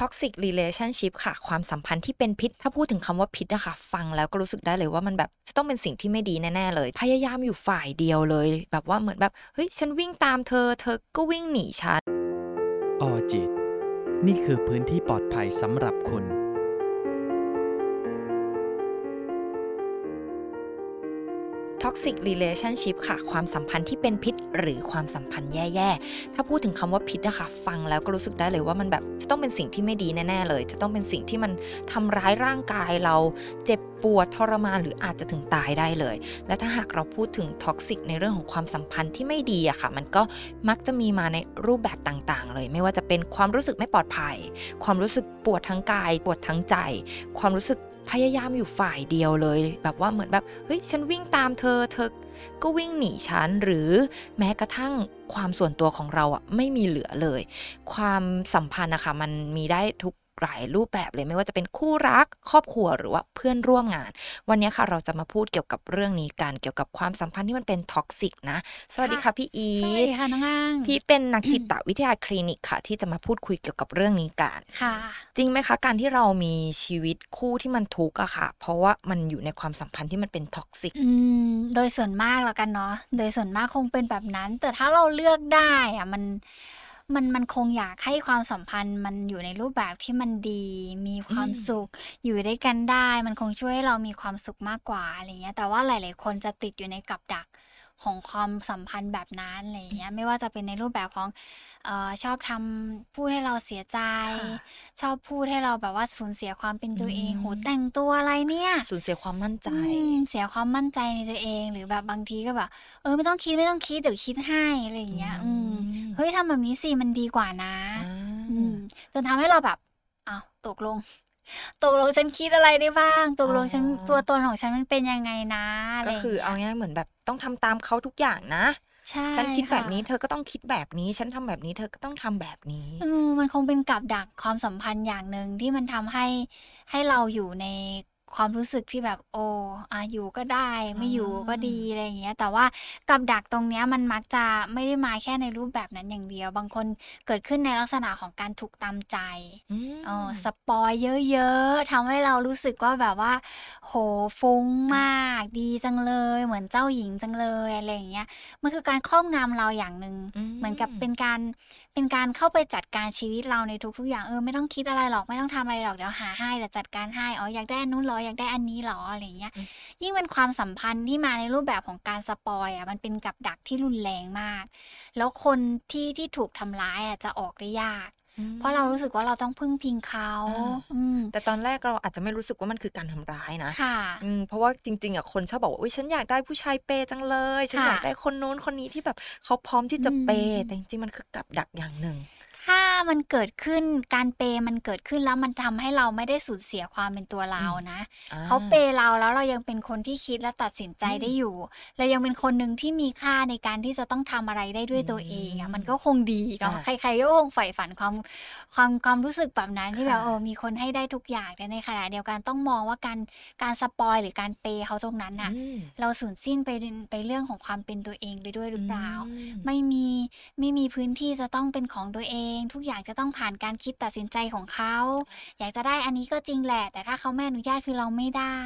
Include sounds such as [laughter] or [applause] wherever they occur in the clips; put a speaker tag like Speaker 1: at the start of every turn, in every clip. Speaker 1: toxic relationship ค่ะ ความสัมพันธ์ที่เป็นพิษ ถ้าพูดถึงคำว่าพิษอะค่ะ ฟังแล้วก็รู้สึกได้เลยว่ามันแบบจะต้องเป็นสิ่งที่ไม่ดีแน่ๆเลย พยายามอยู่ฝ่ายเดียวเลย แบบว่าเหมือนแบบเฮ้ยฉันวิ่งตามเธอ เธอก็วิ่งหนีฉัน
Speaker 2: ออจิต นี่คือพื้นที่ปลอดภัยสำหรับคุณ
Speaker 1: toxic relationship ค่ะ ความสัมพันธ์ที่เป็นพิษ หรือความสัมพันธ์แย่ๆ ถ้าพูดถึงคำว่าพิษนะคะฟังแล้วก็รู้สึกได้เลยว่ามันแบบจะต้องเป็นสิ่งที่ไม่ดีแน่ๆเลย จะต้องเป็นสิ่งที่มันทำร้ายร่างกายเราเจ็บปวดทรมานหรืออาจจะถึงตายได้เลย และถ้าหากเราพูดถึงท็อกซิกในเรื่องของความสัมพันธ์ที่ไม่ดีอะค่ะ มันก็มักจะมีมาในรูปแบบต่างๆ เลย ไม่ว่าจะเป็นความรู้สึกไม่ปลอดภัย ความรู้สึกปวดทั้งกาย ปวดทั้งใจ ความรู้สึกพยายามอยู่ฝ่ายเดียวเลย แบบว่าเหมือนแบบเฮ้ยฉันวิ่งตามเธอ เธอก็วิ่งหนีฉันหรือแม้กระทั่งความส่วนตัวของเราอะไม่มีเหลือเลย ความสัมพันธ์นะคะมันมีได้ทุกหลายรูปแบบเลยไม่ว่าจะเป็นคู่รักครอบครัวหรือว่าเพื่อนร่วมงาน วันนี้ค่ะเราจะมาพูดเกี่ยวกับเรื่องนี้กันเกี่ยวกับความสัมพันธ์ที่มันเป็นท็อกซิกนะสวัสดีค่ะพี่อี
Speaker 3: ส
Speaker 1: ท
Speaker 3: วัสดีค่ะน้องอ้าง
Speaker 1: พี่เป็นนักจิตวิทยาคลินิกค่ะ ที่จะมาพูดคุยเกี่ยวกับเรื่องนี้กัน
Speaker 3: ค่ะ
Speaker 1: จริงไหมคะ การที่เรามีชีวิตคู่ที่มันทุกข์อะค่ะ เพราะว่ามันอยู่ในความสัมพันธ์ที่มันเป็นท็อกซิก
Speaker 3: อืม โดยส่วนมากแล้วกันเนาะโดยส่วนมากคงเป็นแบบนั้น แต่ถ้าเราเลือกได้อะมันมันมันคงอยากให้ความสัมพันธ์มันอยู่ในรูปแบบที่มันดี มีความสุข อยู่ด้วยกันได้ มันคงช่วยให้เรามีความสุขมากกว่าอะไรเงี้ย แต่ว่าหลาย ๆ คนจะติดอยู่ในกับดักของความสัมพันธ์แบบนั้นอะไรเงี้ยไม่ว่าจะเป็นในรูปแบบของเออชอบทำพูดให้เราเสียใจ ชอบพูดให้เราแบบว่าสูญเสียความเป็นตัวเองโหแต่งตัวอะไรเนี่ย
Speaker 1: สูญเสียความมั่นใจ
Speaker 3: อืมเสียความมั่นใจในตัวเองหรือแบบบางทีก็แบบ เออไม่ต้องคิดไม่ต้องคิดเดี๋ยวคิดให้อะไรอย่างเงี้ย อืมเฮ้ยทำแบบนี้สิมันดีกว่านะ
Speaker 1: อ่า
Speaker 3: อืม จนทำให้เราแบบอ้าวตกลง [laughs] ตกลงฉันคิดอะไรได้บ้าง ตกลงฉัน
Speaker 1: อ๋อ
Speaker 3: ตัวตนของฉันมันเป็นยังไงนะะไร
Speaker 1: ก็
Speaker 3: ย่งงี้ย
Speaker 1: คือเอาง่ายๆเหมือนแบบต้องทำตามเขาทุกอย่างนะ
Speaker 3: ใช่
Speaker 1: ฉันคิดแบบนี้
Speaker 3: ะ
Speaker 1: เธอก็ต้องคิดแบบนี้ ฉันทำแบบนี้เธอก็ต้องทำแบบนี้
Speaker 3: อืมมันคงเป็นกับดักความสัมพันธ์อย่างหนึ่งที่มันทำให้ให้เราอยู่ในความรู้สึกที่แบบโอ้อาอยู่ก็ได้ ไม่อยู่ก็ดี
Speaker 1: อ่า
Speaker 3: อะไรอย่างเงี้ยแต่ว่ากับดักตรงเนี้ยมันมักจะไม่ได้มาแค่ในรูปแบบนั้นอย่างเดียว บางคนเกิดขึ้นในลักษณะของการถูกตามใจ
Speaker 1: ม
Speaker 3: เออสปอยเยอะๆทำให้เรารู้สึกว่าแบบว่า โหฟุ้งมาก ดีจังเลย เหมือนเจ้าหญิงจังเลยอะไรอย่างเงี้ยมันคือการครอบงำเราอย่างหนึ่ง
Speaker 1: อืม
Speaker 3: เหมือนกับเป็นการเป็นการเข้าไปจัดการชีวิตเราในทุกๆอย่างเออไม่ต้องคิดอะไรหรอกไม่ต้องทำอะไรหรอกเดี๋ยวหาให้เดี๋ยวจัดการให้อ๋ออยากได้อันนู้นเหรออยากได้อันนี้เหรออะไรอย่างเงี้ย ยิ่งเป็นความสัมพันธ์ที่มาในรูปแบบของการสปอยอ่ะมันเป็นกับดักที่รุนแรงมาก แล้วคนที่ที่ถูกทำร้ายอ่ะจะออกได้ยาก เพราะเรารู้สึกว่าเราต้องพึ่งพิงเขา
Speaker 1: อ่า
Speaker 3: อืม
Speaker 1: แต่ตอนแรกเราอาจจะไม่รู้สึกว่ามันคือการทำร้ายนะ
Speaker 3: ค่ะ
Speaker 1: อืมเพราะว่าจริงๆอ่ะคนชอบบอกว่าอุ้ยฉันอยากได้ผู้ชายเปย์จังเลย ฉัน
Speaker 3: ค่ะ
Speaker 1: อยากได้คนโน้นคนนี้ที่แบบเขาพร้อมที่จะเปย์
Speaker 3: อืม
Speaker 1: แต่จริงๆมันคือกับดักอย่างหนึ่ง
Speaker 3: ถ้ามันเกิดขึ้นการเปย์มันเกิดขึ้นแล้วมันทำให้เราไม่ได้สูญเสียความเป็นตัวเรานะ
Speaker 1: อ่
Speaker 3: เขาเปย์เราแล้วเรายังเป็นคนที่คิดและตัดสินใจได้อยู่เรายังเป็นคนหนึ่งที่มีค่าในการที่จะต้องทำอะไรได้ด้วยตัวเองอะมันก็คงดีเนาะ
Speaker 1: อ่ะ
Speaker 3: ใครๆก็คงใฝ่ฝันความความความรู้สึกแบบนั้นที่แบบ
Speaker 1: ค่ะ
Speaker 3: เออมีคนให้ได้ทุกอย่างแต่ในขณะเดียวกันต้องมองว่าการการสปอยหรือการเปย์เขาตรงนั้นน่ะ
Speaker 1: อืม
Speaker 3: เราสูญสิ้นไปไปเรื่องของความเป็นตัวเองไปด้วยหรือเปล่า
Speaker 1: ม
Speaker 3: ไม่มีไม่มีพื้นที่จะต้องเป็นของตัวเอง ทุกอย่างจะต้องผ่านการคิดตัดสินใจของเขา อยากจะได้อันนี้ก็จริงแหละ แต่ถ้าเขาไม่อนุญาตคือเราไม่ได้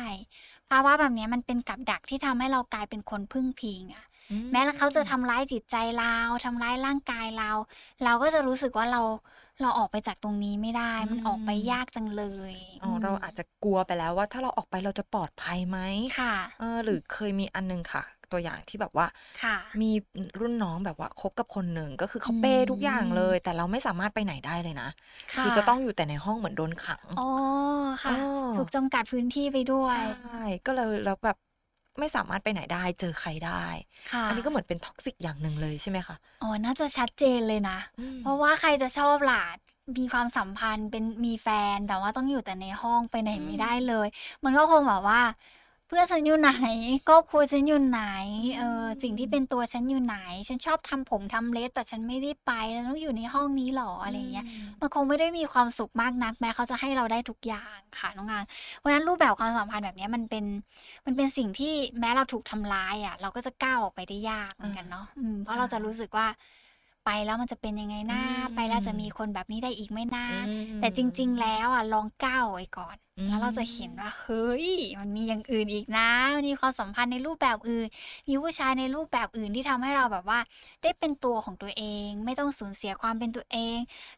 Speaker 3: ภาวะแบบเนี้ยมันเป็นกับดักที่ทำให้เรากลายเป็นคนพึ่งพิงอะแม้แล้วเขาจะทำร้ายจิตใจเราทำร้ายร่างกายเรา เราก็จะรู้สึกว่าเราเราออกไปจากตรงนี้ไม่ได้ มันออกไป
Speaker 1: อืม
Speaker 3: ยากจังเลย
Speaker 1: อ๋อเราอาจจะกลัวไปแล้วว่า ถ้าเราออกไปเราจะปลอดภัยไหม
Speaker 3: ค่ะ
Speaker 1: เออหรือเคยมีอันนึงค่ะ ตัวอย่างที่แบบว่า
Speaker 3: ค่ะ
Speaker 1: มีรุ่นน้องแบบว่าคบกับคนหนึ่งก็คือเขา
Speaker 3: อืม
Speaker 1: เปย์ทุกอย่างเลย แต่เราไม่สามารถไปไหนได้เลยนะ
Speaker 3: ค่ะ
Speaker 1: คือจะต้องอยู่แต่ในห้องเหมือนโดนขัง
Speaker 3: อ๋อค่ะ
Speaker 1: อ๋อ
Speaker 3: ถูกจำกัดพื้นที่ไปด้วย
Speaker 1: ใช่ก็เลยแล้วแบบไม่สามารถไปไหนได้เจอใครได้
Speaker 3: ค่ะ
Speaker 1: อันนี้ก็เหมือนเป็นท็อกซิกอย่างหนึ่งเลยใช่ไหมคะ
Speaker 3: อ๋อ น่าจะชัดเจนเลยนะ
Speaker 1: อืม
Speaker 3: เพราะว่าใครจะชอบล่ะ มีความสัมพันธ์ เป็นมีแฟน แต่ว่าต้องอยู่แต่ในห้องไปไหนไม่ได้เลย มันก็คงแบบว่า เพื่อนฉันอยู่ไหนครอบครัวฉันอยู่ไหน เออ สิ่งที่เป็นตัวฉันอยู่ไหน ฉันชอบทำผมทำเล็บแต่ฉันไม่ได้ไป ฉันต้องอยู่ในห้องนี้หรอ อะไรอย่างเงี้ย
Speaker 1: ม
Speaker 3: มันคงไม่ได้มีความสุขมากนักแม้เขาจะให้เราได้ทุกอย่างค่ะน้องอางเพราะฉะนั้นรูปแบบความสัมพันธ์แบบเนี้ยมันเป็นมันเป็นสิ่งที่แม้เราถูกทำร้ายอ่ะ เราก็จะก้าวออกไปได้ยากเหมือนกันเนาะอืมเพราะเราจะรู้สึกว่า ไปแล้วมันจะเป็นยังไงหน้า
Speaker 1: อืม
Speaker 3: ไปแล้วจะมีคนแบบนี้ได้อีกไหมหน้า
Speaker 1: อืม
Speaker 3: แต่จริง ๆ แล้วอ่ะลองก้าวไว้ก่อน
Speaker 1: อืม
Speaker 3: แล้วเราจะเห็นว่าเฮ้ย มันมีอย่างอื่นอีกนะมันมีความสัมพันธ์ในรูปแบบอื่น มีผู้ชายในรูปแบบอื่นที่ทำให้เราแบบว่า ได้เป็นตัวของตัวเอง ไม่ต้องสูญเสียความเป็นตัวเอง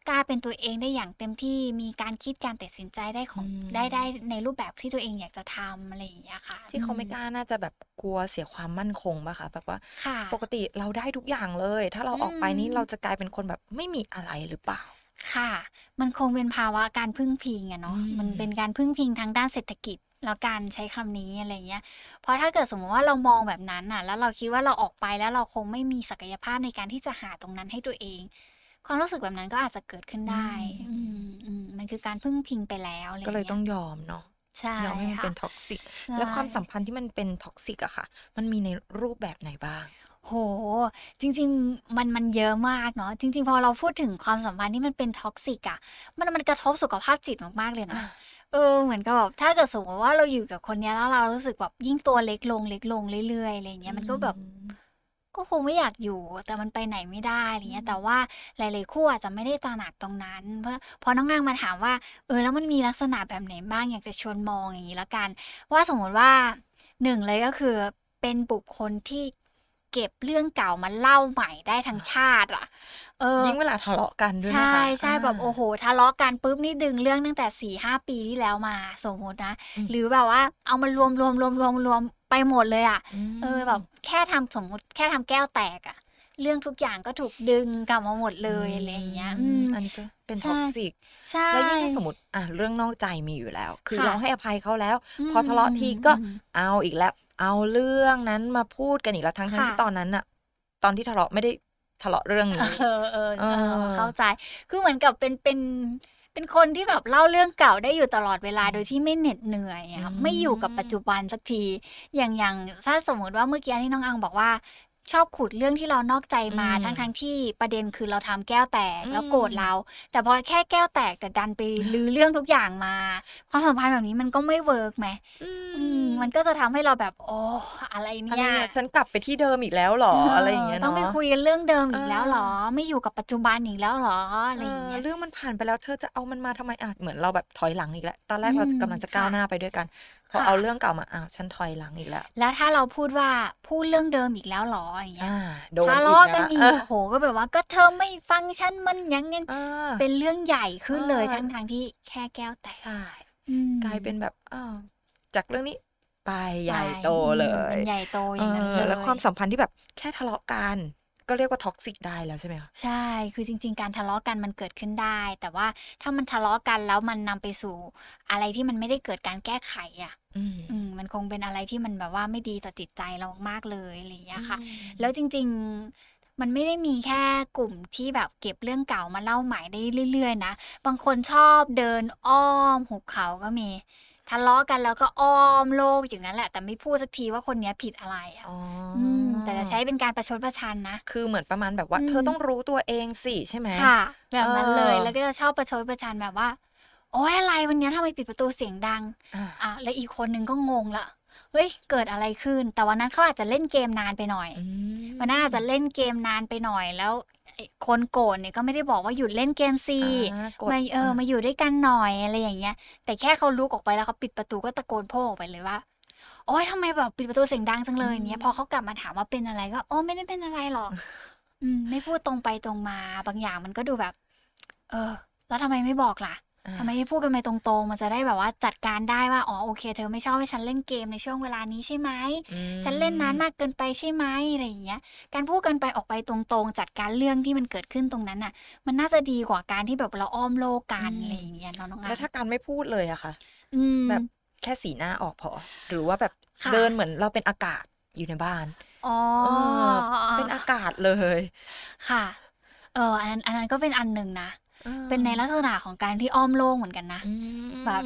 Speaker 3: กล้าเป็นตัวเองได้อย่างเต็มที่มีการคิดการตัดสินใจได้ของ
Speaker 1: อืม
Speaker 3: ได้ได้ในรูปแบบที่ตัวเองอยากจะทำอะไรอย่างเงี้ยค่ะ
Speaker 1: ที่เขาไม่
Speaker 3: อื
Speaker 1: กล้าน่าจะแบบกลัวเสียความมั่นคงป่ะคะแบบว่า
Speaker 3: ค่ะ
Speaker 1: ปกติเราได้ทุกอย่างเลย ถ้าเราออกไปนี่
Speaker 3: อืม
Speaker 1: เราจะกลายเป็นคนแบบไม่มีอะไรหรือเปล่า
Speaker 3: ค่ะ มันคงเป็นภาวะการพึ่งพิงอะเนาะ
Speaker 1: อืม
Speaker 3: มันเป็นการพึ่งพิงทางด้านเศรษฐกิจ แล้วการใช้คำนี้อะไรเงี้ย เพราะถ้าเกิดสมมติว่าเรามองแบบนั้นอะแล้วเราคิดว่าเราออกไปแล้วเราคงไม่มีศักยภาพในการที่จะหาตรงนั้นให้ตัวเอง ความรู้สึกแบบนั้นก็อาจจะเกิดขึ้นได้ อืมอืมมันคือการพึ่งพิงไปแล้วอะไร
Speaker 1: ก็เลยต้องยอมเนาะ
Speaker 3: ใช่
Speaker 1: ยอมให้มันเป็น
Speaker 3: ค่ะ
Speaker 1: ท็อกซิก
Speaker 3: ใช่
Speaker 1: แล้วความสัมพันธ์ที่มันเป็นท็อกซิกอะค่ะ มันมีในรูปแบบไหนบ้าง
Speaker 3: โห จริง ๆ มันมันเยอะมากเนาะ จริง ๆ พอเราพูดถึงความสัมพันธ์ที่มันเป็นท็อกซิกอะมันมันกระทบสุขภาพจิตมากๆเลยนะ เออเหมือนกับแบบถ้าเกิดสมมติว่าเราอยู่กับคนเนี้ยแล้วเรารู้สึกแบบยิ่งตัวเล็กลงเล็กลงเรื่อยๆอะไรอย่างเงี้ยมันก็แบบก็คงไม่อยากอยู่ แต่มันไปไหนไม่ได้อะไรเงี้ย
Speaker 1: อืม
Speaker 3: แต่ว่าหลายๆคู่อาจจะไม่ได้ตระหนักตรงนั้น เพราะเพอน้องงางมาถามว่าเออแล้วมันมีลักษณะแบบไหนบ้างอยากจะชวนมองอย่างนี้ละกัน ว่าสมมติว่าหนึ่งเลยก็คือเป็นบุคคลที่เก็บเรื่องเก่ามาเล่าใหม่ได้ทั้งชาติอ่ะเออ
Speaker 1: ยิ่งเวลาทะเลาะกันด้วย
Speaker 3: ใช
Speaker 1: นะคะ
Speaker 3: ่ใช่
Speaker 1: า
Speaker 3: แบบโอ้โหทะเลาะกันปุ๊บนี่ดึงเรื่องตั้งแต่สี่ห้าปีที่แล้วมาสมมตินะ
Speaker 1: อืม
Speaker 3: หรือแบบว่าเอามารวมรวมรวมรวมรวมไปหมดเลยอ่ะ
Speaker 1: ม
Speaker 3: เออแบบแค่ทำสมมติแค่ทำแก้วแตกอ่ะ เรื่องทุกอย่างก็ถูกดึงกลับมาหมดเลยอะไรอย่างเงี้ยอืม
Speaker 1: อันนี้ก็เป็น
Speaker 3: ใช่
Speaker 1: ท็อกซิก
Speaker 3: ใช่
Speaker 1: แล้วยิ่งถ้าสมมติอ่ะเรื่องนอกใจมีอยู่แล้ว คือ
Speaker 3: ค่ะ
Speaker 1: เราให้อภัยเขาแล้ว
Speaker 3: ม
Speaker 1: พอทะเลาะทีก็
Speaker 3: อืม
Speaker 1: เอาอีกแล้ว เอาเรื่องนั้นมาพูดกันอีกแล้วทั้งๆ
Speaker 3: ค่ะ
Speaker 1: ที่ตอนนั้นอะตอนที่ทะเลาะไม่ได้ทะเลาะเรื่องนี้
Speaker 3: เออเออเออ
Speaker 1: เออ
Speaker 3: เข้าใจ คือเหมือนกับเป็นเป็นเป็นคนที่แบบเล่าเรื่องเก่าได้อยู่ตลอดเวลาโดยที่ไม่เหน็ดเหนื่อยอะไม่อยู่กับปัจจุบันสักที อย่างอย่างถ้าสมมติว่าเมื่อกี้ที่น้องอังบอกว่า ชอบขุดเรื่องที่เรานอกใจมา
Speaker 1: อืม
Speaker 3: ทั้งทั้งที่ประเด็นคือเราทำแก้วแตก
Speaker 1: อืม
Speaker 3: แล้วโกรธเรา แต่พอแค่แก้วแตกแต่ดันไปลือเรื่องทุกอย่างมา ความสัมพันธ์แบบนี้มันก็ไม่เวิร์กไหมอืมมันก็จะทำให้เราแบบโอ้อะไร
Speaker 1: อะไร
Speaker 3: เนี่ย
Speaker 1: เนี่ยฉันกลับไปที่เดิมอีกแล้วเหรออะไรอย่างเงี้ยเนาะ
Speaker 3: ต้องไปคุยกันเรื่องเดิมอีก
Speaker 1: เออ
Speaker 3: แล้วเหรอ ไม่อยู่กับปัจจุบันอีกแล้วเหรออะไรอย่างเงี้
Speaker 1: เอย อเรื่องมันผ่านไปแล้วเธอจะเอามันมาทำไมอ่ะเหมือนเราแบบถอยหลังอีกแล้วตอนแรก
Speaker 3: อืม
Speaker 1: เรากำลังจะก้าว
Speaker 3: ค่ะ
Speaker 1: หน้าไปด้วยกันพอ
Speaker 3: ค่ะ
Speaker 1: เอาเรื่องเก่ามาอ้าวฉันถอยหลังอีกแล้ว
Speaker 3: แล้วถ้าเราพูดว่าพูดเรื่องเดิมอีกแล้วเหรออย่างเงี้ย
Speaker 1: อ่าโดน
Speaker 3: ทะ
Speaker 1: อีก
Speaker 3: เลาะกัน
Speaker 1: นะ
Speaker 3: อีก
Speaker 1: เออ
Speaker 3: โอ้โหก็แบบว่าก็เธอไม่ฟังฉันมันอยังงั้น
Speaker 1: อ่า
Speaker 3: เป็นเรื่องใหญ่ขึ้นเลย
Speaker 1: เออ
Speaker 3: ทั้งทางๆที่แค่แก้วแตก
Speaker 1: ใช่
Speaker 3: อืม
Speaker 1: กลายเป็นแบบอ้าวจากเรื่องนี้ไปใหญ่
Speaker 3: ไป
Speaker 1: โตเล
Speaker 3: มั
Speaker 1: ย
Speaker 3: นใหญ่โตอย่างนั้น
Speaker 1: อ
Speaker 3: เล
Speaker 1: อย แล้วความสัมพันธ์ที่แบบแค่ทะเลาะกันก็เรียกว่าท็อกซิกได้แล้วใช่ไหมคะ
Speaker 3: ใช่ คือจริง ๆ การทะเลาะกันมันเกิดขึ้นได้ แต่ว่าถ้ามันทะเลาะกันแล้วมันนำไปสู่อะไรที่มันไม่ได้เกิดการแก้ไขอ่ะ
Speaker 1: อืม
Speaker 3: อืมมันคงเป็นอะไรที่มันแบบว่าไม่ดีต่อจิตใจเรามากๆเลยอะไรอย่างเงี้ยค่ะ แล้วจริงๆมันไม่ได้มีแค่กลุ่มที่แบบเก็บเรื่องเก่ามาเล่าใหม่ได้เรื่อยๆนะ บางคนชอบเดินอ้อมหุบเขาก็มี ทะเลาะกันแล้วก็อ้อมโลกอย่างนั้นแหละ แต่ไม่พูดสักทีว่าคนเนี้ยผิดอะไรอะ
Speaker 1: อ๋ออ
Speaker 3: อืม แต่จะใช้เป็นการประชดประชันนะ
Speaker 1: คือเหมือนประมาณแบบว่า
Speaker 3: อืม
Speaker 1: เธอต้องรู้ตัวเองสิใช่ไหม
Speaker 3: ค่ะ แบบนั้นเลย
Speaker 1: เออ
Speaker 3: แล้วก็จะชอบประชดประชันแบบว่า โอ้ยอะไรวันเนี้ยทำไมปิดประตูเสียงดัง
Speaker 1: อ่า
Speaker 3: อ่ะแล้วอีกคนนึงก็งงละเฮ้ย เกิดอะไรขึ้น แต่วันนั้นเขาอาจจะเล่นเกมนานไปหน่อย
Speaker 1: อืม
Speaker 3: วันนั้นอาจจะเล่นเกมนานไปหน่อยแล้วไอ้คนโกรธเนี่ยก็ไม่ได้บอกว่าหยุดเล่นเกมสิ
Speaker 1: อ่ากด
Speaker 3: มาเออ
Speaker 1: อ่ะ
Speaker 3: มาอยู่ด้วยกันหน่อยอะไรอย่างเงี้ย แต่แค่เขาลุกออกไปแล้วเขาปิดประตูก็ตะโกนโพ่อออกไปเลยว่า โอ๊ยทำไมแบบปิดประตูเสียงดังจังเลยอย่างเงี้ยพอเขากลับมาถามว่าเป็นอะไรก็โอ้ไม่ได้เป็นอะไรหรอก อืม ไม่พูดตรงไปตรงมาบางอย่างมันก็ดูแบบ เออ แล้วทำไมไม่บอกล่ะ
Speaker 1: อ่า
Speaker 3: ทำไมไม่พูดกันไปตรงๆ มันจะได้แบบว่าจัดการได้ว่า อ๋อ โอเค เธอไม่ชอบให้ฉันเล่นเกมในช่วงเวลานี้ใช่ไหม
Speaker 1: อืม
Speaker 3: ฉันเล่นนานมากเกินไปใช่ไหมอะไรอย่างเงี้ย การพูดกันไปออกไปตรงๆ จัดการเรื่องที่มันเกิดขึ้นตรงนั้นน่ะ มันน่าจะดีกว่าการที่แบบเราอ้อมโลกกันอะไรอย่างเงี้ยเนาะน้องอัน
Speaker 1: แล้วถ้าการไม่พูดเลยอะค่ะ
Speaker 3: อืม
Speaker 1: แบบแค่สีหน้าออกพอ หรือว่าแบบ
Speaker 3: ค่ะ
Speaker 1: เดินเหมือนเราเป็นอากาศอยู่ในบ้าน
Speaker 3: อ๋อ
Speaker 1: เออ เป็นอากาศเลย
Speaker 3: ค่ะ เออ อันนั้นอันนั้นก็เป็นอันหนึ่งนะ
Speaker 1: อ่า
Speaker 3: เป็นในลักษณะของการที่อ้อมโลกเหมือนกันนะ
Speaker 1: อืม
Speaker 3: แบบ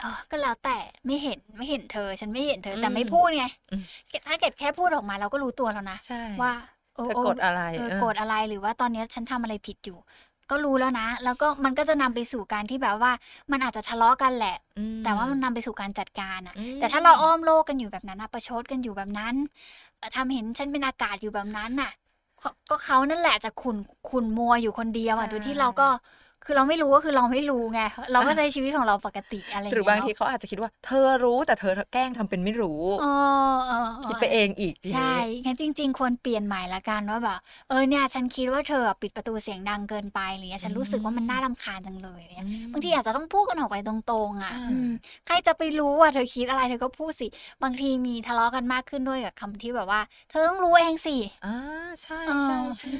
Speaker 3: เออก็แล้วแต่ไม่เห็นไม่เห็นเธอ ฉันไม่เห็นเธอ แต่ไม่
Speaker 1: อืม
Speaker 3: พูดไง
Speaker 1: อืม
Speaker 3: ถ้าเกิดแค่พูดออกมาเราก็รู้ตัวแล้วนะ
Speaker 1: ใช่
Speaker 3: ว่าโอ้
Speaker 1: เธอ
Speaker 3: โอ้
Speaker 1: กดอะไร
Speaker 3: เออ
Speaker 1: เออ
Speaker 3: โกรธอะไรหรือว่าตอนเนี้ยฉันทำอะไรผิดอยู่ ก็รู้แล้วนะ แล้วก็มันก็จะนำไปสู่การที่แบบว่า มันอาจจะทะเลาะกันแหละ
Speaker 1: อืม
Speaker 3: แต่ว่ามันนำไปสู่การจัดการอะ
Speaker 1: อืม
Speaker 3: แต่ถ้าเราอ้อมโลกกันอยู่แบบนั้นนะประชดกันอยู่แบบนั้นเอ่อทำเห็นฉันเป็นอากาศอยู่แบบนั้นน่ะ เพราะก็เขานั่นแหละจะขุนขุนมัวอยู่คนเดียวอ่ะ
Speaker 1: ใช่
Speaker 3: โดยที่เราก็คือเราไม่รู้ก็คือเราไม่รู้ไงเราก็ใช้ชีวิตของเราปกติอะไรอย่
Speaker 1: หรือบางที
Speaker 3: เยเนะ
Speaker 1: เขาอาจจะคิดว่า เธอรู้แต่เธอแกล้งทำเป็นไม่รู้
Speaker 3: เออเออเออ
Speaker 1: คิดไปเองอีกทีนี้
Speaker 3: ใช่งั้นจริง ๆ ควรเปลี่ยนใหม่ละกันว่าแบบ เออเนี่ยฉันคิดว่าเธอปิดประตูเสียงดังเกินไปอะไรเงี้ยฉันรู้สึกว่ามันน่ารำคาญจังเลยอะไรเงี้ยบางทีอาจจะต้องพูดกันออกไปตรงๆอ่ะ
Speaker 1: อ่า
Speaker 3: อืมใครจะไปรู้ว่าเธอคิดอะไรเธอก็พูดสิ บางทีมีทะเลาะกันมากขึ้นด้วยกับคำที่แบบว่า เธอต้องรู้เองสิ
Speaker 1: อ่าใช่
Speaker 3: เออ
Speaker 1: ใช่ใช่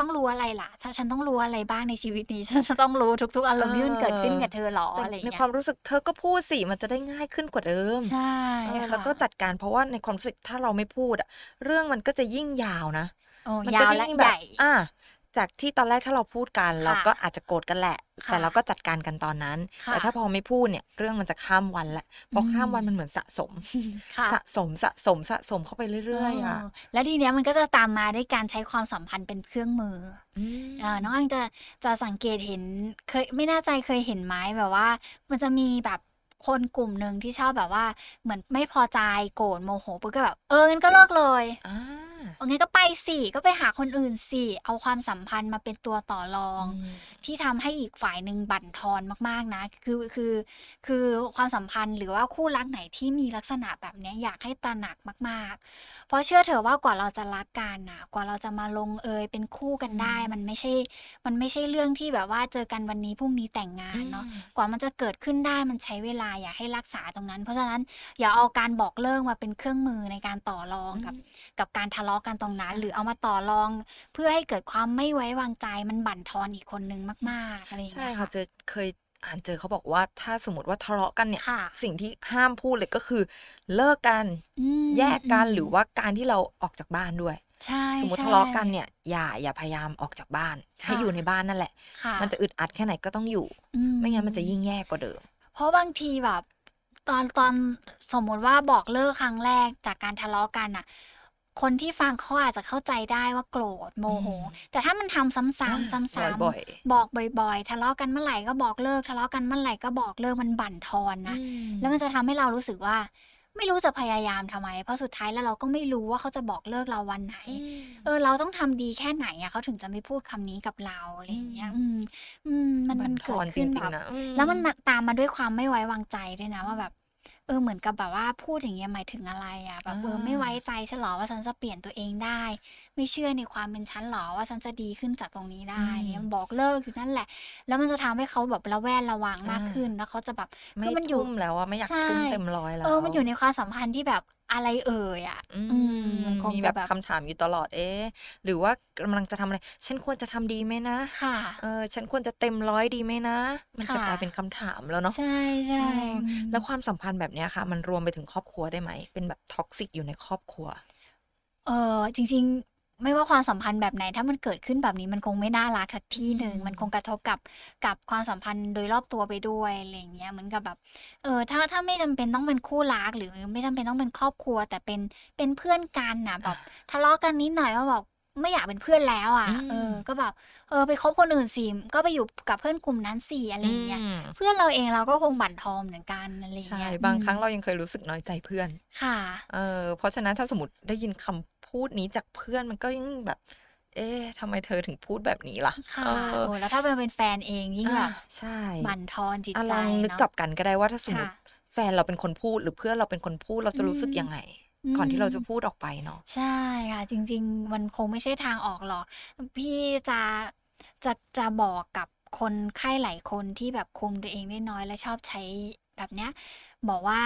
Speaker 3: ต้องรู้อะไรล่ะ ถ้าฉันต้องรู้อะไรบ้างในชีวิตนี้ ฉันจะต้องรู้ทุกๆอารมณ์ที่มันเกิดขึ้นกับเธอหรอ
Speaker 1: แต่
Speaker 3: อะไร
Speaker 1: ใน
Speaker 3: เงี้ยว
Speaker 1: คามรู้สึกเธอก็พูดสิมันจะได้ง่ายขึ้นกว่าเดิม
Speaker 3: ใช่
Speaker 1: เออ
Speaker 3: ค่ะ
Speaker 1: แล้วก็จัดการเพราะว่าในความรู้สึกถ้าเราไม่พูดอะเรื่องมันก็จะยิ่งยาวนะ
Speaker 3: โอ้
Speaker 1: มัน
Speaker 3: ยา
Speaker 1: จะ
Speaker 3: วและ
Speaker 1: ยิ่ง
Speaker 3: ให
Speaker 1: แบบ
Speaker 3: ญ่
Speaker 1: อ่ะจากที่ตอนแรกถ้าเราพูดกัน
Speaker 3: ค่ะ
Speaker 1: เราก็อาจจะโกรธกันแหละ
Speaker 3: ค่ะ
Speaker 1: แต่เราก็จัดการกันตอนนั้น
Speaker 3: ค่ะ
Speaker 1: แต่ถ้าพอไม่พูดเนี่ยเรื่องมันจะข้ามวันแหละเพ
Speaker 3: อื
Speaker 1: ราะ
Speaker 3: ม
Speaker 1: ข้ามวันมันเหมือนสะสม
Speaker 3: ค่ะ
Speaker 1: สะสมสะสมสะสมเข้าไปเรื่อยๆอ่ะ
Speaker 3: เออแล้วทีเนี้ยมันก็จะตามมาด้วยการใช้ความสัมพันธ์เป็นเครื่องมือ
Speaker 1: ม
Speaker 3: อเอ่อน้องอังจะจะสังเกตเห็นเคยไม่แน่ใจเคยเห็นไหมแบบว่า มันจะมีแบบคนกลุ่มหนึ่งที่ชอบแบบว่าเหมือนไม่พอใจโกรธโมโหปุ๊บก็แบบเอองั้นก็เลิกเลย
Speaker 1: อ่า
Speaker 3: เอางั้นก็ไปสิก็ไปหาคนอื่นสิเอาความสัมพันธ์มาเป็นตัวต่อรอง ที่ทำให้อีกฝ่ายหนึ่งบั่นทอนมากๆนะ คือคือคือความสัมพันธ์หรือว่าคู่รักไหนที่มีลักษณะแบบเนี้ยอยากให้ตระหนักมากๆ เพราะเชื่อเถอะว่ากว่าเราจะรักกันนะกว่าเราจะมาลงเอยเป็นคู่กันได้ มันไม่ใช่ มันไม่ใช่เรื่องที่แบบว่าเจอกันวันนี้พรุ่งนี้แต่งงานเนาะ กว่ามันจะเกิดขึ้นได้มันใช้เวลาอยากให้รักษาตรงนั้น เพราะฉะนั้นอย่าเอาการบอกเลิกมาเป็นเครื่องมือในการต่อรองกับ กับการทะเลาะกันตรงนั้น หรือเอามาต่อรอง เพื่อให้เกิดความไม่ไว้วางใจมันบั่นทอนอีกคนนึงมากๆอะไรอย่าง
Speaker 1: ใช่
Speaker 3: เงี้ย
Speaker 1: ค่ะเจอเคยอ่านเจอเขาบอกว่าถ้าสมมติว่าทะเลาะกันเนี่ย
Speaker 3: ค่ะ
Speaker 1: สิ่งที่ห้ามพูดเลยก็คือ เลิกกัน
Speaker 3: อืม
Speaker 1: แยกกัน
Speaker 3: ม
Speaker 1: หรือว่าการที่เราออกจากบ้านด้วย
Speaker 3: ใช่
Speaker 1: สมมติ
Speaker 3: ใช่
Speaker 1: ทะเลาะกันเนี่ยอย่าอย่าพยายามออกจากบ้าน ให้
Speaker 3: ค่ะ
Speaker 1: อยู่ในบ้านนั่นแหละ
Speaker 3: ค่
Speaker 1: มันจะอึดอัดแค่ไหนก็ต้องอยู่
Speaker 3: อื
Speaker 1: ไม่งั้นมันจะยิ่งแย่กว่าเดิม
Speaker 3: เพราะบางทีแบบตอนตอนสมมติว่าบอกเลิกครั้งแรกจากการทะเลาะกันอะคนที่ฟังเขาอาจจะเข้าใจได้ว่าโกรธโมโห
Speaker 1: อืม
Speaker 3: แต่ถ้ามันทำซ้ำๆซ้ำๆ
Speaker 1: บ่อยๆ
Speaker 3: บอกบ่อยๆ ทะเลาะกันเมื่อไหร่ก็บอกเลิก ทะเลาะกันเมื่อไหร่ก็บอกเลิกมันบั่นทอนนะ
Speaker 1: อืม
Speaker 3: แล้วมันจะทำให้เรารู้สึกว่า ไม่รู้จะพยายามทำไม เพราะสุดท้ายแล้วเราก็ไม่รู้ว่าเขาจะบอกเลิกเราวันไหน
Speaker 1: อืม
Speaker 3: เออเราต้องทำดีแค่ไหนอะเขาถึงจะไม่พูดคำนี้กับเราอะไรอย่างเงี้ย
Speaker 1: อื
Speaker 3: อืม
Speaker 1: ม
Speaker 3: อืมมัน
Speaker 1: บั่
Speaker 3: มัน
Speaker 1: ท
Speaker 3: เกิ
Speaker 1: อ
Speaker 3: ด
Speaker 1: นจ
Speaker 3: ขึ้น
Speaker 1: ริ
Speaker 3: แบ
Speaker 1: ง
Speaker 3: บ
Speaker 1: ๆนะอื
Speaker 3: แล้วมันตามมาด้วยความไม่ไว้วางใจด้วยนะว่าแบบ เออเหมือนกับแบบว่าพูดอย่างเงี้ยหมายถึงอะไรอ่ะแบบเอออา ไม่ไว้ใจฉันหรอว่าฉันจะเปลี่ยนตัวเองได้ ไม่เชื่อในความเป็นฉันหรอว่าฉันจะดีขึ้นจากตรงนี้ได้เนี่ยบอกเลิกอยู่นั่นแหละ แล้วมันจะทำให้เขาแบบระแวดระวังมากขึ้นแล้วเขาจะแบบ
Speaker 1: ไม่
Speaker 3: คือมันอยู่
Speaker 1: ทุ่มแล้วอะไม่อยาก
Speaker 3: ใช่
Speaker 1: ทุ่มเต็มร้อยแล้ว
Speaker 3: เออมันอยู่ในความสัมพันธ์ที่แบบอะไรเอ่ยอ่ะ
Speaker 1: อื
Speaker 3: อื
Speaker 1: ม
Speaker 3: มมันคง
Speaker 1: มีแบ
Speaker 3: จะ
Speaker 1: บ
Speaker 3: แบบ
Speaker 1: คำถามอยู่ตลอดเอ๊ะหรือว่ากำลังจะทำอะไร ฉันควรจะทำดีไหมนะ
Speaker 3: ค่ะ
Speaker 1: เออฉันควรจะเต็มร้อยดีไหมนะ มันจะ
Speaker 3: ค่ะ
Speaker 1: กลายเป็นคำถามแล้วเนาะ
Speaker 3: ใช่ใช่
Speaker 1: เออ
Speaker 3: อืม
Speaker 1: แล้วความสัมพันธ์แบบเนี้ยค่ะ มันรวมไปถึงครอบครัวได้ไหม เป็นแบบท็อกซิกอยู่ในครอบครัว
Speaker 3: เออจริงๆ ไม่ว่าความสัมพันธ์แบบไหน ถ้ามันเกิดขึ้นแบบนี้มันคงไม่น่ารักสักที่หนึ่ง
Speaker 1: อืม
Speaker 3: มันคงกระทบกับกับความสัมพันธ์โดยรอบตัวไปด้วยอะไรอย่างเงี้ยเหมือนกับแบบเออถ้าถ้าไม่จำเป็นต้องเป็นคู่รักหรือไม่จำเป็นต้องเป็นครอบครัว แต่เป็นเป็นเพื่อนกันนะแบบทะเลาะกันนิดหน่อยว่าแบบไม่อยากเป็นเพื่อนแล้วอ่ะเออก็แบบเออไปคบคนอื่นสิก็ไปอยู่กับเพื่อนกลุ่มนั้นสิอะไรอย่างเงี้ย
Speaker 1: อืม
Speaker 3: เพื่อนเราเองเราก็คงบั่นทอนเหมือนกันอะไรอย่าง
Speaker 1: ใช่
Speaker 3: เงี้ย
Speaker 1: บางครั้ง
Speaker 3: อืม
Speaker 1: เรายังเคยรู้สึกน้อยใจเพื่อน
Speaker 3: ค่ะ
Speaker 1: เออเพราะฉะนั้นถ้าสมมติได้ยินคำพูดนี้จากเพื่อนมันก็ยิ่งแบบ เอ๊ะทำไมเธอถึงพูดแบบนี้ล่ะ
Speaker 3: ค่ะ
Speaker 1: เออ
Speaker 3: โอ้แล้วถ้าเป็นเป็นแฟนเองยิ่งแบ
Speaker 1: อ่า
Speaker 3: บ
Speaker 1: ใช่
Speaker 3: บั่นทอนจิต
Speaker 1: อ่ะ
Speaker 3: ใจ
Speaker 1: ลองนึก
Speaker 3: เนาะ
Speaker 1: กลับกันก็ได้ว่าถ้าสมม
Speaker 3: ค่ะ
Speaker 1: ติแฟนเราเป็นคนพูดหรือเพื่อนเราเป็นคนพูดเราจะรู้สึก
Speaker 3: อืม
Speaker 1: ยังไง
Speaker 3: อืม
Speaker 1: ก่อนที่เราจะพูดออกไปเนาะ
Speaker 3: ใช่ค่ะ จริง ๆ มันคงไม่ใช่ทางออกหรอก พี่จะจะจะบอกกับคนไข้หลายคนที่แบบคุมตัวเองได้น้อย และชอบใช้แบบเนี้ย บอกว่า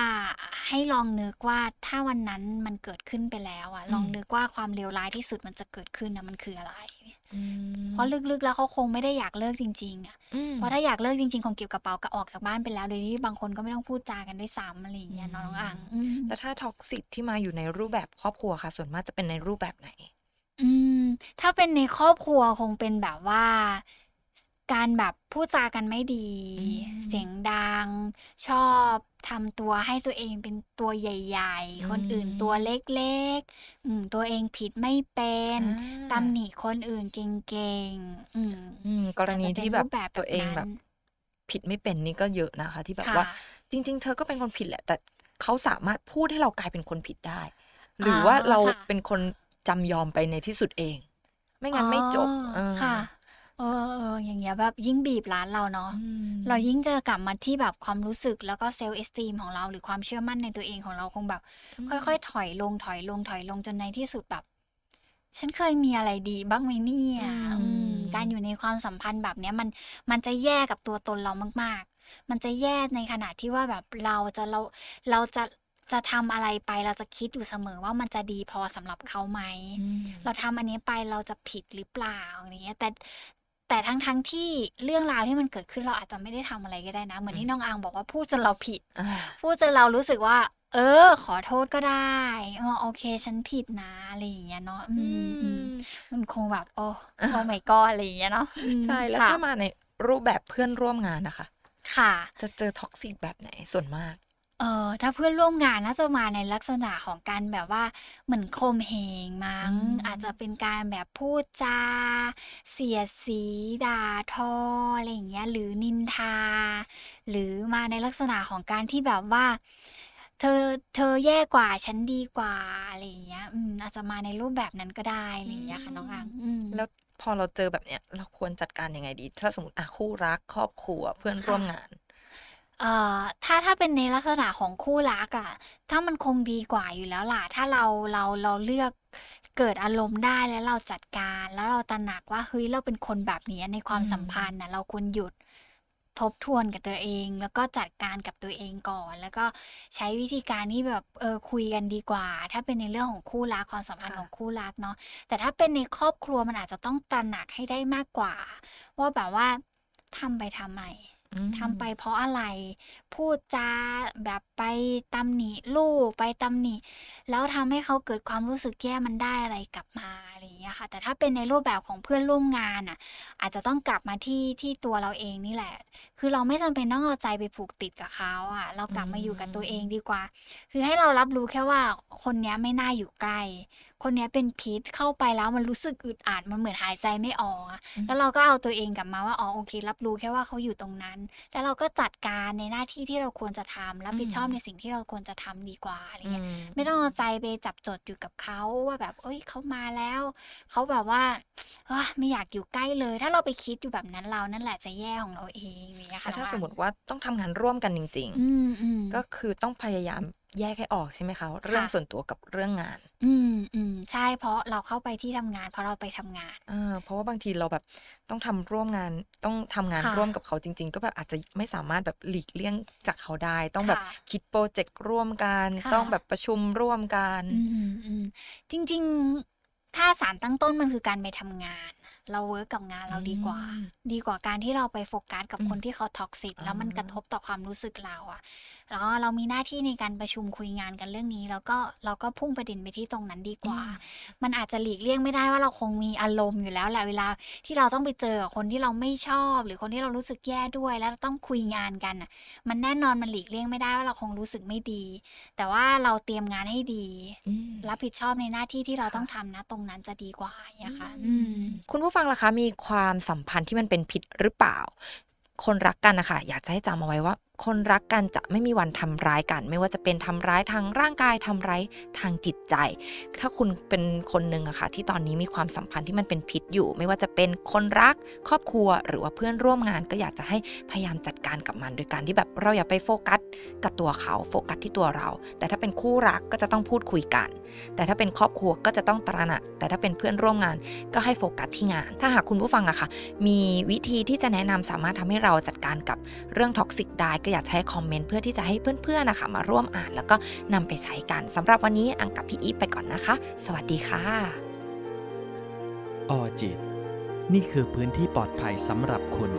Speaker 3: ให้ลองนึกว่าถ้าวันนั้นมันเกิดขึ้นไปแล้วอะ
Speaker 1: อืม
Speaker 3: ลองนึกว่าความเลวร้ายที่สุดมันจะเกิดขึ้นนะมันคืออะไร
Speaker 1: อืม
Speaker 3: เพราะลึกๆแล้วเขาคงไม่ได้อยากเลิกจริงๆอะ
Speaker 1: อืม
Speaker 3: เพราะถ้าอยากเลิกจริงๆคงเก็บกระเป๋ากับออกจากบ้านไปแล้วโดยที่บางคนก็ไม่ต้องพูดจากันด้วยซ้ำอะไรอย่างเงี้ยเนาะน้องอ่างอืม
Speaker 1: แล้วถ้าท็อกซิกที่มาอยู่ในรูปแบบครอบครัวค่ะ ส่วนมากจะเป็นในรูปแบบไหน
Speaker 3: อืมถ้าเป็นในครอบครัวคงเป็นแบบว่า การแบบพูดจากันไม่ดี
Speaker 1: อืม
Speaker 3: เสียงดัง ชอบทำตัวให้ตัวเองเป็นตัวใหญ่
Speaker 1: อืม
Speaker 3: ๆ คนอื่นตัวเล็กๆ อืม ตัวเองผิดไม่เป็น
Speaker 1: อ่า
Speaker 3: ตำหนิคนอื่นเก่งๆอืม
Speaker 1: อืมกรณีที่แบบตัวเองแบบ
Speaker 3: อาจจะเป็นรูปแบบแบบนั้น
Speaker 1: ผิดไม่เป็นนี่ก็เยอะนะคะ ที่แบบ
Speaker 3: ค่ะ
Speaker 1: ว่า จริง ๆ เธอก็เป็นคนผิดแหละ แต่เขาสามารถพูดให้เรากลายเป็นคนผิดได้ หรือว่าเรา
Speaker 3: ค่ะ
Speaker 1: เป็นคนจำยอมไปในที่สุดเอง ไม่งั้นไม่จบ
Speaker 3: อ๋อ
Speaker 1: เออ
Speaker 3: ค่ะเออเอออย่างเงี้ยแบบยิ่งบีบร้านเราเนาะ
Speaker 1: อืม
Speaker 3: เรายิ่งจะกลับมาที่แบบความรู้สึกแล้วก็เซลล์เอสตีมของเราหรือความเชื่อมั่นในตัวเองของเราคงแบบ
Speaker 1: อืม
Speaker 3: ค่อยๆ ถอยลงถอยลงถอยลงจนในที่สุดแบบ ฉันเคยมีอะไรดีบ้างไหมเนี่ย
Speaker 1: อืม
Speaker 3: อืมการอยู่ในความสัมพันธ์แบบเนี้ยมันมันจะแย่กับตัวตนเรามาก ๆ มันจะแย่ในขณะที่ว่าแบบเราจะเราเราจะจะทำอะไรไปเราจะคิดอยู่เสมอว่ามันจะดีพอสำหรับเขาไหม
Speaker 1: อืม
Speaker 3: เราทำอันนี้ไปเราจะผิดหรือเปล่าอย่างเงี้ยแต่แต่ทั้งทั้งๆที่เรื่องราวที่มันเกิดขึ้นเราอาจจะไม่ได้ทำอะไรก็ได้นะ เหมือน
Speaker 1: อื
Speaker 3: ที่
Speaker 1: ม
Speaker 3: น้องอังบอกว่าพูดจนเราผิด
Speaker 1: อ่า
Speaker 3: พูดจนเรารู้สึกว่า เออ ขอโทษก็ได้เออโอเค ฉันผิดนะอะไรอย่างเงี้ยเนาะอืมอืมมันคงแบบ โอ้โอ้ไม่ก็อะไรอย่างเงี้ยเนาะอืม
Speaker 1: ใช่แล้ว
Speaker 3: ค่ะ
Speaker 1: ถ้ามาในรูปแบบเพื่อนร่วมงานนะคะ
Speaker 3: ค่ะ
Speaker 1: จะเจอท็อกซิกแบบไหนส่วนมาก
Speaker 3: เออถ้าเพื่อนร่วมงานน่าจะมาในลักษณะของการแบบว่าเหมือนคมเหงมั้ง
Speaker 1: อืม
Speaker 3: อาจจะเป็นการแบบพูดจา เสียดสีด่าทออะไรอย่างเงี้ยหรือนินทา หรือมาในลักษณะของการที่แบบว่า เธอเธอแย่กว่าฉันดีกว่าอะไรอย่างเงี้ย อืมอาจจะมาในรูปแบบนั้นก็ได้อะไรอย่างเงี้ยค่ะน้องอังอืม
Speaker 1: แล้วพอเราเจอแบบเนี้ย เราควรจัดการยังไงดี ถ้าสมมติอ่ะคู่รักครอบครัวเพื่อนร่วมงาน
Speaker 3: เอ่อถ้าถ้าเป็นในลักษณะของคู่รักอะถ้ามันคงดีกว่าอยู่แล้วล่ะ ถ้าเราเราเราเลือกเกิดอารมณ์ได้แล้วเราจัดการ แล้วเราตระหนักว่าเฮ้ยเราเป็นคนแบบนี้ในความ
Speaker 1: อืม
Speaker 3: สัมพันธ์นะเราควรหยุดทบทวนกับตัวเอง แล้วก็จัดการกับตัวเองก่อน แล้วก็ใช้วิธีการที่แบบเออคุยกันดีกว่า ถ้าเป็นในเรื่องของคู่รักความสัมพันธ์ของคู่รักเนาะแต่ถ้าเป็นในครอบครัวมันอาจจะต้องตระหนักให้ได้มากกว่า ว่าแบบว่าทำไปทำไม
Speaker 1: อืม
Speaker 3: ทำไปเพราะอะไร พูดจาแบบไปตำหนิลูกไปตำหนิ แล้วทำให้เขาเกิดความรู้สึกแย่มันได้อะไรกลับมาอะไรอย่างเงี้ยค่ะ แต่ถ้าเป็นในรูปแบบของเพื่อนร่วมงานอ่ะ อาจจะต้องกลับมาที่ที่ตัวเราเองนี่แหละ คือเราไม่จำเป็นต้องเอาใจไปผูกติดกับเขาอ่ะ เรากลับมาอยู่กับตัวเองดีกว่า คือให้เรารับรู้แค่ว่าคนเนี้ยไม่น่าอยู่ใกล้ คนเนี้ยเป็นพิษเข้าไปแล้วมันรู้สึกอึดอัดมันเหมือนหายใจไม่ออกอะ แล้วเราก็เอาตัวเองกลับมาว่าอ๋อโอเค รับรู้แค่ว่าเขาอยู่ตรงนั้น แล้วเราก็จัดการในหน้าที่ที่เราควรจะทำรับผิดชอบ
Speaker 1: อืม
Speaker 3: ในสิ่งที่เราควรจะทำดีกว่าอะไร
Speaker 1: อื
Speaker 3: เงี้ย
Speaker 1: ม
Speaker 3: ไม่ต้องเอาใจไปจับจดอยู่กับเขาว่าแบบ เอ้ยเขามาแล้วเขาแบบว่าเอ้ยไม่อยากอยู่ใกล้เลย ถ้าเราไปคิดอยู่แบบนั้นเรานั่นแหละจะแย่ของเราเองอย่างเงี้ย
Speaker 1: แต่
Speaker 3: ค่ะ
Speaker 1: ถ้า
Speaker 3: น้อง
Speaker 1: สม
Speaker 3: อัง
Speaker 1: มติว่าต้องทำงานร่วมกันจริง
Speaker 3: อืมอืม
Speaker 1: ๆ ก็คือต้องพยายามแยกให้ออกใช่ไหมคะ เรื่องส่วนตัวกับเรื่องงาน
Speaker 3: อืมอืมใช่เพราะเราเข้าไปที่ทำงาน เพราะเราไปทำงาน
Speaker 1: อ่าเพราะว่าบางทีเราแบบต้องทำร่วมงานต้องทำงาน
Speaker 3: ค่ะ
Speaker 1: ร่วมกับเขาจริง ๆ ก็แบบอาจจะไม่สามารถแบบหลีกเลี่ยงจากเขาได้ ต้องแบบ
Speaker 3: ค่ะ
Speaker 1: คิดโปรเจกต์ร่วมกัน
Speaker 3: ค่ะ
Speaker 1: ต้องแบบประชุมร่วมกัน
Speaker 3: อืมอืมจริง ๆ ถ้าสารตั้งต้นมันคือการไปทำงาน เราเวิร์กกับงานเราดีกว่า
Speaker 1: อืม
Speaker 3: ดีกว่าการที่เราไปโฟกัสกับ
Speaker 1: อืม
Speaker 3: คนที่เขาท็อกซิก
Speaker 1: อ่า
Speaker 3: แล้วมันกระทบต่อความรู้สึกเราอะแล้วเรามีหน้าที่ในการประชุมคุยงานกันเรื่องนี้ แล้วก็เราก็พุ่งประเด็นไปที่ตรงนั้นดีกว่า มันอาจจะหลีกเลี่ยงไม่ได้ว่าเราคงมีอารมณ์อยู่แล้วแหละเวลาที่เราต้องไปเจอกับคนที่เราไม่ชอบ หรือคนที่เรารู้สึกแย่ด้วย แล้วต้องคุยงานกันน่ะ มันแน่นอนมันหลีกเลี่ยงไม่ได้ว่าเราคงรู้สึกไม่ดี แต่ว่าเราเตรียมงานให้ดี
Speaker 1: อืม
Speaker 3: รับผิดชอบในหน้าที่ที่เรา
Speaker 1: ค่ะ
Speaker 3: ต้องทำนะตรงนั้นจะดีกว่าอย่างเงี้ยค่ะ
Speaker 1: อื
Speaker 3: อื
Speaker 1: ม
Speaker 3: ม
Speaker 1: คุณผู้ฟังล่ะคะ มีความสัมพันธ์ที่มันเป็นผิดหรือเปล่า คนรักกันนะคะอยากจะให้จำเอาไว้ว่า คนรักกันจะไม่มีวันทำร้ายกัน ไม่ว่าจะเป็นทำร้ายทางร่างกายทำร้ายทางจิตใจ ถ้าคุณเป็นคนหนึ่งอะค่ะ ที่ตอนนี้มีความสัมพันธ์ที่มันเป็นพิษอยู่ ไม่ว่าจะเป็นคนรักครอบครัว หรือว่าเพื่อนร่วมงาน ก็อยากจะให้พยายามจัดการกับมัน โดยการที่แบบเราอย่าไปโฟกัสกับตัวเขาโฟกัสที่ตัวเรา แต่ถ้าเป็นคู่รักก็จะต้องพูดคุยกัน แต่ถ้าเป็นครอบครัวก็จะต้องตระหนักแต่ถ้าเป็นเพื่อนร่วมงาน ก็ให้โฟกัสที่งาน ถ้าหากคุณผู้ฟังอะค่ะ มีวิธีที่จะแนะนำสามารถทำให้เราจัดการกับเรื่องท็อกซิกได้ ก็อยากจะให้คอมเมนต์เพื่อที่จะให้เพื่อนๆนะคะมาร่วมอ่าน แล้วก็นำไปใช้กันสำหรับวันนี้อังกับพี่อีฟไปก่อนนะคะ สวัสดีค่ะ
Speaker 2: ออจิต นี่คือพื้นที่ปลอดภัยสำหรับคุณ